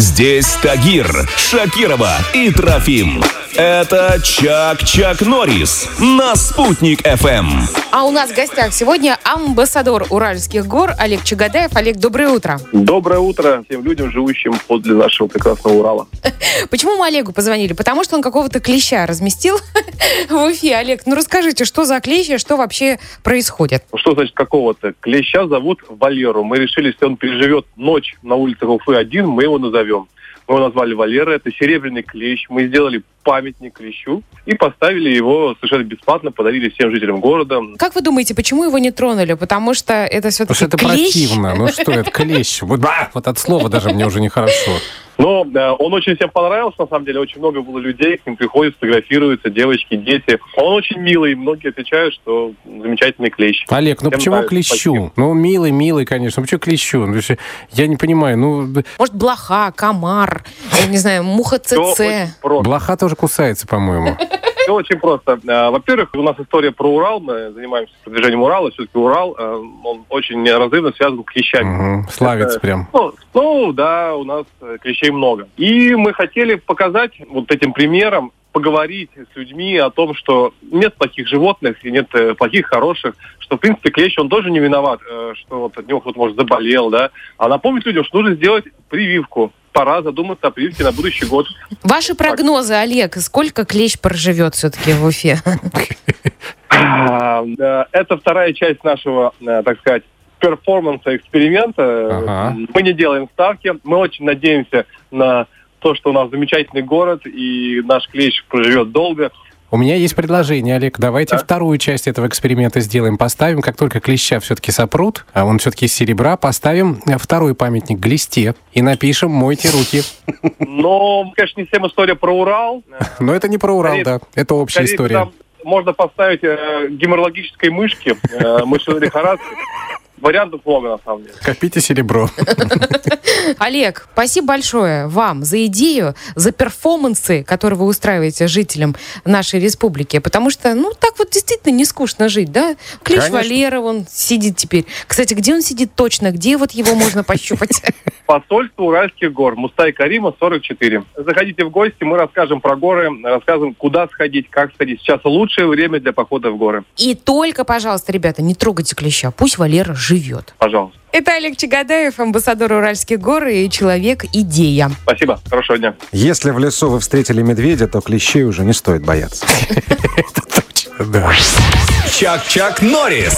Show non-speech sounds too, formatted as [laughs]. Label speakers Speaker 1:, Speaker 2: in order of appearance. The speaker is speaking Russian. Speaker 1: Здесь Тагир, Шакирова и Трофим. Это Чак-Чак Норрис на «Спутник Эм». ФМ».
Speaker 2: А у нас в гостях сегодня амбассадор Уральских гор Олег Чагадаев. Олег, доброе утро.
Speaker 3: Доброе утро всем людям, живущим подле нашего прекрасного Урала.
Speaker 2: Почему мы Олегу позвонили? Потому что он какого-то клеща разместил [laughs] в Уфе. Олег, ну расскажите, что за клещ и что вообще происходит?
Speaker 3: Что значит какого-то? Клеща зовут Валеру. Мы решили, если он переживет ночь на улицах Уфы один, мы его назовем. Мы его назвали Валера. Это серебряный клещ. Мы сделали памятник клещу и поставили его совершенно бесплатно, подарили всем жителям города.
Speaker 2: Как вы думаете, почему его не тронули? Потому что это
Speaker 4: Потому
Speaker 2: все-таки
Speaker 4: что это
Speaker 2: клещ?
Speaker 4: противно. Ну что это, клещ? Вот, ба! вот от слова даже мне уже нехорошо.
Speaker 3: Но э, он очень всем понравился, на самом деле. Очень много было людей, к ним приходят, фотографируются, девочки, дети. Он очень милый, и многие отвечают, что замечательный клещ.
Speaker 4: Олег, ну
Speaker 3: Всем
Speaker 4: почему
Speaker 3: нравится,
Speaker 4: клещу?
Speaker 3: спасибо.
Speaker 4: Ну, милый, милый, конечно. Ну почему клещу? Ну, вообще, я не понимаю. Ну,
Speaker 2: Может, блоха, комар, я не знаю, муха ЦЦ.
Speaker 3: Все очень просто.
Speaker 4: блоха тоже кусается, по-моему.
Speaker 3: Все очень просто. Э, Во-первых, у нас история про Урал. Мы занимаемся продвижением Урала. Все-таки Урал, э, он очень неразрывно связан с клещами.
Speaker 4: Мгм, Славится
Speaker 3: Это-
Speaker 4: прям.
Speaker 3: Ну, ну, да, у нас э, клещей много. И мы хотели показать вот этим примером, поговорить с людьми о том, что нет плохих животных и нет э, плохих, хороших, что, в принципе, клещ, он тоже не виноват, э, что вот от него кто-то, может, заболел, да. А напомнить людям, что нужно сделать прививку. Пора задуматься о прививке на будущий год.
Speaker 2: Ваши прогнозы, Олег, сколько клещ проживет все-таки в Уфе?
Speaker 3: А, э, Это вторая часть нашего, э, так сказать, перформанса, эксперимента.
Speaker 4: Ага.
Speaker 3: Мы не делаем ставки. Мы очень надеемся на то, что у нас замечательный город, и наш клещ проживет долго.
Speaker 4: У меня есть предложение, Олег. Давайте
Speaker 3: Да.
Speaker 4: вторую часть этого эксперимента сделаем. Поставим, как только клеща все-таки сопрут, а он все-таки из серебра, поставим э, второй памятник глисте и напишем «Мойте руки».
Speaker 3: Но, конечно, не всем история про Урал. Э,
Speaker 4: Но это не про Урал,
Speaker 3: Скорее-
Speaker 4: да. Это общая
Speaker 3: скорее,
Speaker 4: история.
Speaker 3: там можно поставить э, геморрагической мышки, э, мышечной лихорадки. Вариантов много, на самом деле.
Speaker 4: Копите серебро. [laughs]
Speaker 2: Олег, спасибо большое вам за идею, за перформансы, которые вы устраиваете жителям нашей республики. Потому что, ну, так вот действительно не скучно жить, да? Клещ
Speaker 4: Конечно.
Speaker 2: Валера, он сидит теперь. Кстати, где он сидит точно? Где вот его можно пощупать?
Speaker 3: Посольство Уральских гор, Мустай Карима, 44. Заходите в гости, мы расскажем про горы, расскажем, куда сходить, как сходить. Сейчас лучшее время для похода в горы.
Speaker 2: И только, пожалуйста, ребята, не трогайте клеща. Пусть Валера живет.
Speaker 3: Пожалуйста.
Speaker 2: Это Олег Чагадаев, амбассадор Уральских гор и человек-идея.
Speaker 3: Спасибо. Хорошего дня.
Speaker 5: Если в лесу вы встретили медведя, то клещей уже не стоит бояться.
Speaker 4: Да.
Speaker 1: Чак-Чак Норрис.